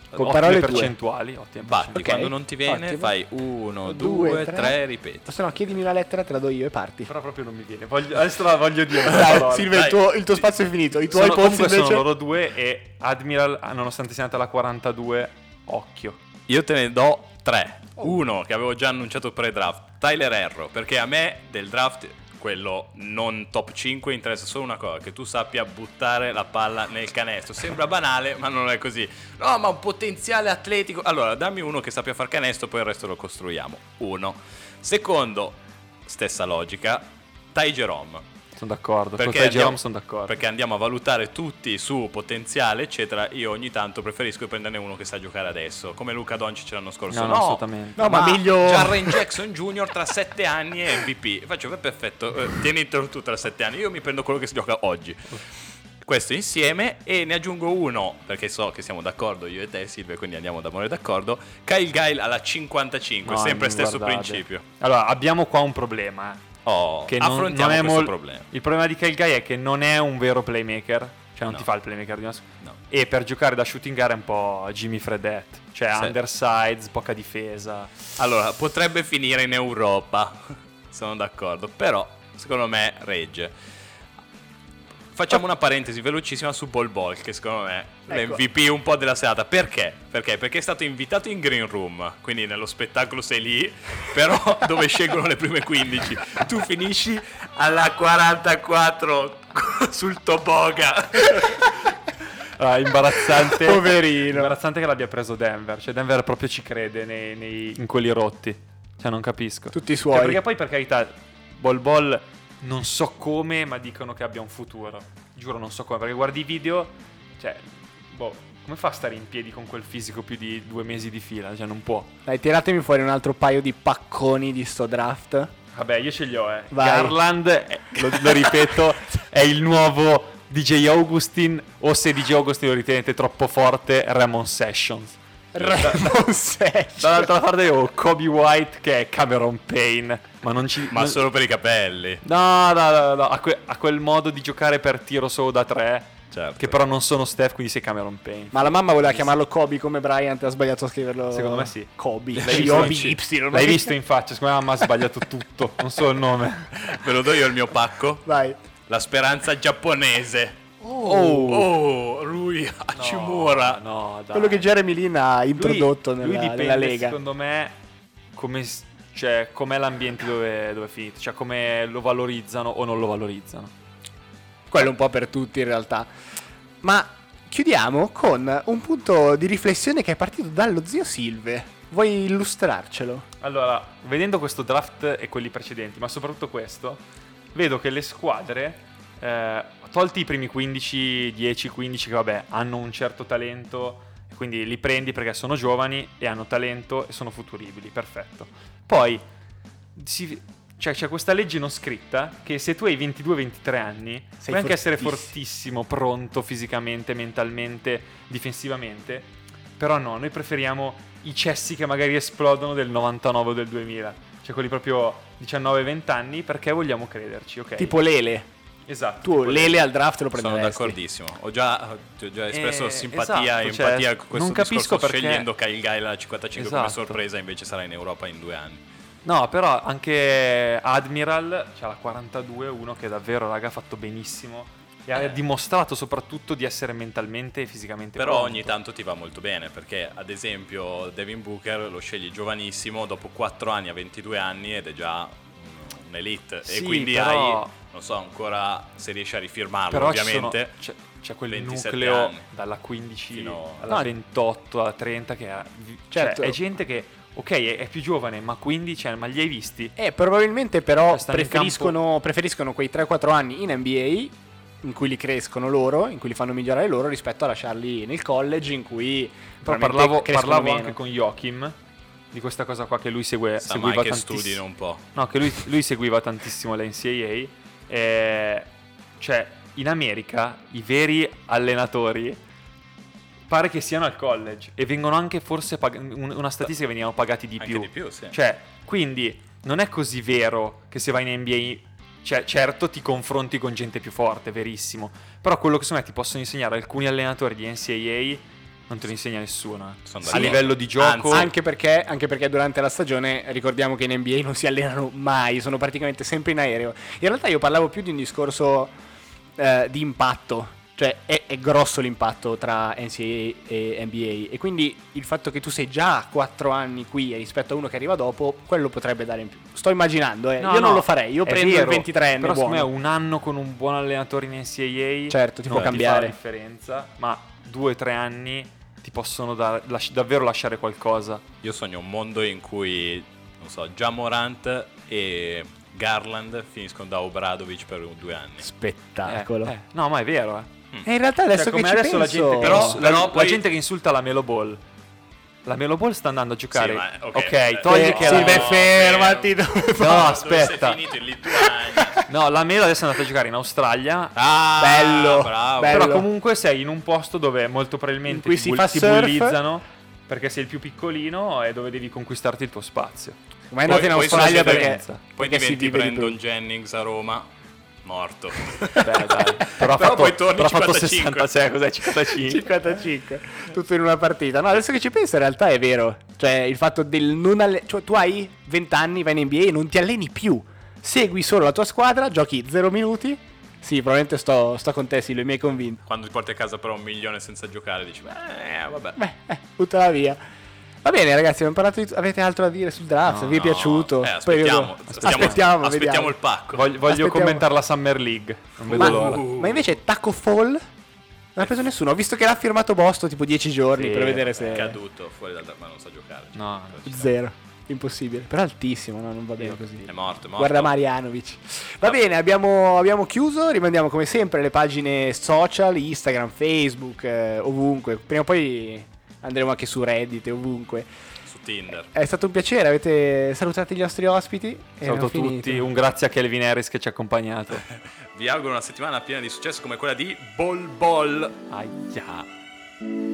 Speaker 1: Con
Speaker 3: ottime
Speaker 1: parole tue.
Speaker 3: percentuali.
Speaker 2: Batti,
Speaker 3: ottime
Speaker 1: Ok.
Speaker 3: percentuali.
Speaker 2: quando non ti viene,
Speaker 1: Ottimo.
Speaker 2: fai uno,
Speaker 1: Due,
Speaker 2: due,
Speaker 1: tre.
Speaker 2: tre, ripeti.
Speaker 1: Se no, chiedimi una lettera, te la do io e parti.
Speaker 3: Però proprio non mi viene. Voglio- adesso la voglio dire.
Speaker 1: Dai,
Speaker 3: Silvia
Speaker 1: Silvia, il
Speaker 2: dai.
Speaker 1: tuo, il tuo spazio è finito. I tuoi
Speaker 3: sono,
Speaker 1: posti
Speaker 3: comunque
Speaker 1: invece.
Speaker 3: sono loro due e Admiral, ah, nonostante sia andata alla 42, occhio.
Speaker 2: Io te ne do tre. Uno che avevo già annunciato pre-draft, Tyler Erro, perché a me del draft, quello non top 5, interessa solo una cosa, che tu sappia buttare la palla nel canestro. Sembra banale, ma non è così. No, ma un potenziale atletico. Allora, dammi uno che sappia far canestro, poi il resto lo costruiamo. Uno. Secondo, stessa logica, Ty Jerome.
Speaker 3: Sono d'accordo. Con te
Speaker 2: andiamo-
Speaker 3: Jerome sono d'accordo.
Speaker 2: perché andiamo a valutare tutti su potenziale, eccetera. Io ogni tanto preferisco prenderne uno che sa giocare adesso, come Luca Doncic l'anno scorso.
Speaker 3: No, no, assolutamente.
Speaker 1: No, ma meglio-
Speaker 2: Jaren Jackson Jr. tra 7 anni è MVP. Faccio, beh, perfetto, eh, tienitelo tu tra 7 anni. Io mi prendo quello che si gioca oggi. Questo insieme e ne aggiungo uno, perché so che siamo d'accordo io e te, Silvia, quindi andiamo d'amore d'accordo. Kyle Guile alla 55,
Speaker 3: No,
Speaker 2: sempre
Speaker 3: non
Speaker 2: stesso
Speaker 3: guardate.
Speaker 2: principio.
Speaker 3: Allora, abbiamo qua un problema. eh,
Speaker 2: Oh,
Speaker 3: Che non,
Speaker 2: affrontiamo
Speaker 3: non è
Speaker 2: questo
Speaker 3: mol-
Speaker 2: problema.
Speaker 3: Il problema di Kyle Guy è che non è un vero playmaker. Cioè, non
Speaker 2: No.
Speaker 3: ti fa il playmaker di una squ-
Speaker 2: No.
Speaker 3: E per giocare da shooting guard è un po' Jimmy Fredette. Cioè,
Speaker 2: Sì.
Speaker 3: undersize, poca difesa.
Speaker 2: Allora, potrebbe finire in Europa, sono d'accordo, però secondo me regge. Facciamo una parentesi velocissima su Bol Bol, che secondo me è
Speaker 1: Ecco.
Speaker 2: l'MVP un po' della serata. Perché? Perché? Perché è stato invitato in Green Room, quindi nello spettacolo sei lì, però dove scelgono le prime 15. Tu finisci alla 44 sul toboga.
Speaker 3: Ah, imbarazzante.
Speaker 1: Poverino.
Speaker 3: Imbarazzante che l'abbia preso Denver. Cioè, Denver proprio ci crede nei, nei- in quelli rotti. Cioè, non capisco.
Speaker 1: Tutti i
Speaker 3: Cioè,
Speaker 1: suoi.
Speaker 3: perché poi, per carità, Bol Bol non so come, ma dicono che abbia un futuro. Giuro, non so come. Perché guardi i video, cioè, boh, come fa a stare in piedi con quel fisico più di due mesi di fila? Cioè, non può.
Speaker 1: Dai, tiratemi fuori un altro paio di pacconi di sto draft.
Speaker 3: Vabbè, io ce li ho, eh.
Speaker 1: Vai.
Speaker 3: Garland, eh, lo, lo ripeto, è il nuovo DJ Augustin. O se DJ Augustin lo ritenete troppo forte, Ramon Sessions.
Speaker 1: Raymond Sessions.
Speaker 3: Dall'altra parte ho Kobe White che è Cameron Payne. Ma non ci.
Speaker 2: Ma
Speaker 3: non-
Speaker 2: solo per i capelli.
Speaker 3: No, no, no, no, ha, que- ha quel modo di giocare per tiro solo da tre.
Speaker 2: Certo.
Speaker 3: Che però non sono Steph, quindi sei Cameron Payne.
Speaker 1: Ma la mamma voleva chiamarlo Kobe come Bryant, ha sbagliato a scriverlo.
Speaker 3: Secondo me sì.
Speaker 1: Kobe.
Speaker 3: visto?
Speaker 1: Kobe
Speaker 3: Sì.
Speaker 1: Y.
Speaker 3: L'hai visto in faccia? Secondo me mamma ha sbagliato tutto. Non so il nome.
Speaker 2: Ve lo do io il mio pacco.
Speaker 1: Vai.
Speaker 2: La speranza giapponese.
Speaker 1: Oh.
Speaker 2: Oh, lui Hachimura.
Speaker 3: No, dai.
Speaker 1: Quello che Jeremy Lin ha introdotto
Speaker 3: lui,
Speaker 1: nella,
Speaker 3: lui dipende,
Speaker 1: nella Lega.
Speaker 3: Secondo me, come. s- Cioè, com'è l'ambiente dove, dove è finito? Cioè, come lo valorizzano o non lo valorizzano?
Speaker 1: Quello un po' per tutti in realtà. Ma chiudiamo con un punto di riflessione che è partito dallo zio Silve. Vuoi illustrarcelo?
Speaker 3: Allora, vedendo questo draft e quelli precedenti, ma soprattutto questo, vedo che le squadre, eh, tolti i primi 15, 10, 15, che vabbè, hanno un certo talento, e quindi li prendi perché sono giovani e hanno talento e sono futuribili, perfetto. Poi, si- cioè, c'è questa legge non scritta che se tu hai 22-23 anni,
Speaker 1: Sei
Speaker 3: puoi anche essere
Speaker 1: fortissimo.
Speaker 3: fortissimo, pronto fisicamente, mentalmente, difensivamente, però no, noi preferiamo i cessi che magari esplodono del 99 o del 2000, cioè quelli proprio 19-20 anni, perché vogliamo crederci, ok?
Speaker 1: Tipo Lele.
Speaker 3: esatto.
Speaker 1: Tu Lele al draft lo
Speaker 2: Sono
Speaker 1: prenderesti.
Speaker 2: d'accordissimo. Ho già, ti ho già espresso
Speaker 3: Eh,
Speaker 2: simpatia e
Speaker 3: esatto, cioè,
Speaker 2: empatia con questo
Speaker 3: non capisco
Speaker 2: discorso
Speaker 3: perché-
Speaker 2: scegliendo Kyle Guy alla 55 come
Speaker 3: Esatto.
Speaker 2: sorpresa, invece sarà in Europa in due anni.
Speaker 3: No, però anche Admiral, c'ha la 42, uno che davvero, raga, ha fatto benissimo. E ha dimostrato soprattutto di essere mentalmente e fisicamente
Speaker 2: Eh. Però
Speaker 3: pronto.
Speaker 2: ogni tanto ti va molto bene, perché ad esempio Devin Booker lo scegli giovanissimo, dopo 4 anni a 22 anni ed è già un- un'elite.
Speaker 3: Sì,
Speaker 2: e quindi
Speaker 3: però-
Speaker 2: hai, non so ancora se riesci a rifirmarlo,
Speaker 3: Però ci sono-
Speaker 2: ovviamente.
Speaker 3: c'è, c'è quel
Speaker 2: 27
Speaker 3: nucleo
Speaker 2: anni.
Speaker 3: dalla 15
Speaker 2: Fino-
Speaker 3: alla
Speaker 1: No.
Speaker 3: 28 alla 30 che è,
Speaker 1: Certo.
Speaker 3: cioè, è gente che ok è, è più giovane ma quindi cioè, ma li hai visti
Speaker 1: Eh, probabilmente però
Speaker 3: Cioè, stanno in
Speaker 1: preferiscono, preferiscono quei 3-4 anni in NBA in cui li crescono loro, in cui li fanno migliorare loro rispetto a lasciarli nel college in cui
Speaker 3: Però
Speaker 1: veramente
Speaker 3: parlavo,
Speaker 1: crescono
Speaker 3: parlavo
Speaker 1: meno.
Speaker 3: anche con Joachim di questa cosa qua che lui
Speaker 1: Eh,
Speaker 3: segue,
Speaker 2: Sa mai
Speaker 3: seguiva
Speaker 2: che studino
Speaker 3: tantissimo.
Speaker 2: un po'.
Speaker 3: No, che lui, lui seguiva tantissimo la NCAA. eh, cioè, in America i veri allenatori pare che siano al college e vengono anche forse pag- un- una statistica che venivano pagati di
Speaker 2: Anche
Speaker 3: più.
Speaker 2: di più, sì.
Speaker 3: Cioè, quindi non è così vero che se vai in NBA, cioè, certo ti confronti con gente più forte, verissimo. Però quello che secondo me ti possono insegnare alcuni allenatori di NCAA non te lo insegna nessuno. eh.
Speaker 2: Sono
Speaker 3: A
Speaker 2: d'accordo.
Speaker 3: livello di gioco,
Speaker 2: Anzi,
Speaker 1: Anche perché, anche perché durante la stagione ricordiamo che in NBA non si allenano mai, sono praticamente sempre in aereo. In realtà io parlavo più di un discorso eh, di impatto, cioè è, è grosso l'impatto tra NCAA e NBA e quindi il fatto che tu sei già a 4 anni qui rispetto a uno che arriva dopo, quello potrebbe dare in più. Sto immaginando, eh.
Speaker 3: No,
Speaker 1: io non
Speaker 3: no,
Speaker 1: lo farei, io
Speaker 3: è
Speaker 1: prendo
Speaker 3: vero,
Speaker 1: il 23enne
Speaker 3: Però
Speaker 1: buono.
Speaker 3: secondo me un anno con un buon allenatore in NCAA
Speaker 1: Certo, ti può
Speaker 3: non
Speaker 1: cambiare.
Speaker 3: fa la differenza, ma due o tre anni ti possono dar- lasci- davvero lasciare qualcosa.
Speaker 2: Io sogno un mondo in cui, non so, già Morant e Garland finiscono da Obradovic per due anni.
Speaker 1: Spettacolo.
Speaker 3: Eh, eh. No, ma è vero. eh.
Speaker 1: E in realtà adesso
Speaker 3: Cioè,
Speaker 1: che
Speaker 3: come
Speaker 1: ci
Speaker 3: adesso la
Speaker 1: penso...
Speaker 3: gente, che
Speaker 2: Però-
Speaker 3: ins- la-
Speaker 2: però
Speaker 3: la
Speaker 2: poi-
Speaker 3: gente che insulta la Melo Ball. La Melo Ball sta andando a giocare.
Speaker 2: Sì, ma- ok,
Speaker 3: ok,
Speaker 2: eh,
Speaker 3: togli
Speaker 1: Eh,
Speaker 3: che
Speaker 1: sì,
Speaker 3: la
Speaker 1: beh,
Speaker 2: No,
Speaker 1: fermati.
Speaker 3: No,
Speaker 2: Dove
Speaker 3: aspetta.
Speaker 2: sei finito in Lituania?
Speaker 3: No, la Melo adesso è andata a giocare in Australia.
Speaker 2: ah,
Speaker 1: Bello,
Speaker 2: bravo.
Speaker 1: bello.
Speaker 3: Però comunque sei in un posto dove molto probabilmente
Speaker 1: In cui
Speaker 3: ti,
Speaker 1: si
Speaker 3: bull-
Speaker 1: fa
Speaker 3: ti
Speaker 1: surf.
Speaker 3: bullizzano perché sei il più piccolino e dove devi conquistarti il tuo spazio.
Speaker 1: Ma è andato
Speaker 2: Poi-
Speaker 1: in
Speaker 2: poi sono
Speaker 1: Australia perché,
Speaker 3: differenza.
Speaker 2: Poi
Speaker 1: perché si
Speaker 2: diventi
Speaker 1: vive di
Speaker 2: Brandon
Speaker 1: tutto.
Speaker 2: Jennings a Roma, morto.
Speaker 3: Beh, dai, però ha
Speaker 2: Però
Speaker 3: fatto,
Speaker 2: poi torni
Speaker 3: però ha fatto
Speaker 2: 55.
Speaker 3: 60, cioè cos'è 55?
Speaker 1: 55 tutto in una partita no adesso che ci penso in realtà è vero cioè il fatto del non alle- cioè tu hai 20 anni vai in NBA e non ti alleni più Segui solo la tua squadra, giochi 0 minuti. Sì, probabilmente sto, sto con te, Silvio, mi hai convinto.
Speaker 2: Quando ti porti a casa però un milione senza giocare, dici, beh, vabbè.
Speaker 1: Beh, eh, buttala via. Va bene, ragazzi, abbiamo parlato di tutto. Avete altro da dire sul draft?
Speaker 2: No,
Speaker 1: Vi è
Speaker 2: no.
Speaker 1: piaciuto?
Speaker 2: Eh,
Speaker 1: Poi io-
Speaker 2: aspettiamo, aspettiamo,
Speaker 1: aspettiamo,
Speaker 2: aspettiamo
Speaker 1: vediamo.
Speaker 2: il pacco.
Speaker 3: Voglio, voglio
Speaker 1: Aspettiamo.
Speaker 3: commentare la Summer League. Non vedo
Speaker 1: Ma,
Speaker 3: l'ora.
Speaker 1: ma invece Taco Fall non ha preso nessuno. Ho visto che l'ha firmato Bosto tipo 10 giorni
Speaker 3: Sì,
Speaker 1: per vedere se
Speaker 2: È caduto fuori dal ma non sa giocare. cioè,
Speaker 3: No,
Speaker 2: però ci sta.
Speaker 1: zero. Impossibile. Però altissimo, no, non va bene così.
Speaker 2: È morto, è morto.
Speaker 1: Guarda Marianovic. Va bene, abbiamo, abbiamo chiuso. Rimandiamo come sempre le pagine social, Instagram, Facebook, eh, ovunque. Prima o poi andremo anche su Reddit, e ovunque.
Speaker 2: su Tinder.
Speaker 1: È stato un piacere, avete salutato i nostri ospiti. e abbiamo
Speaker 3: Saluto
Speaker 1: finito.
Speaker 3: tutti, un grazie a Kelvin Harris che ci ha accompagnato.
Speaker 2: Vi auguro una settimana piena di successo come quella di Bol Bol.
Speaker 3: Aia.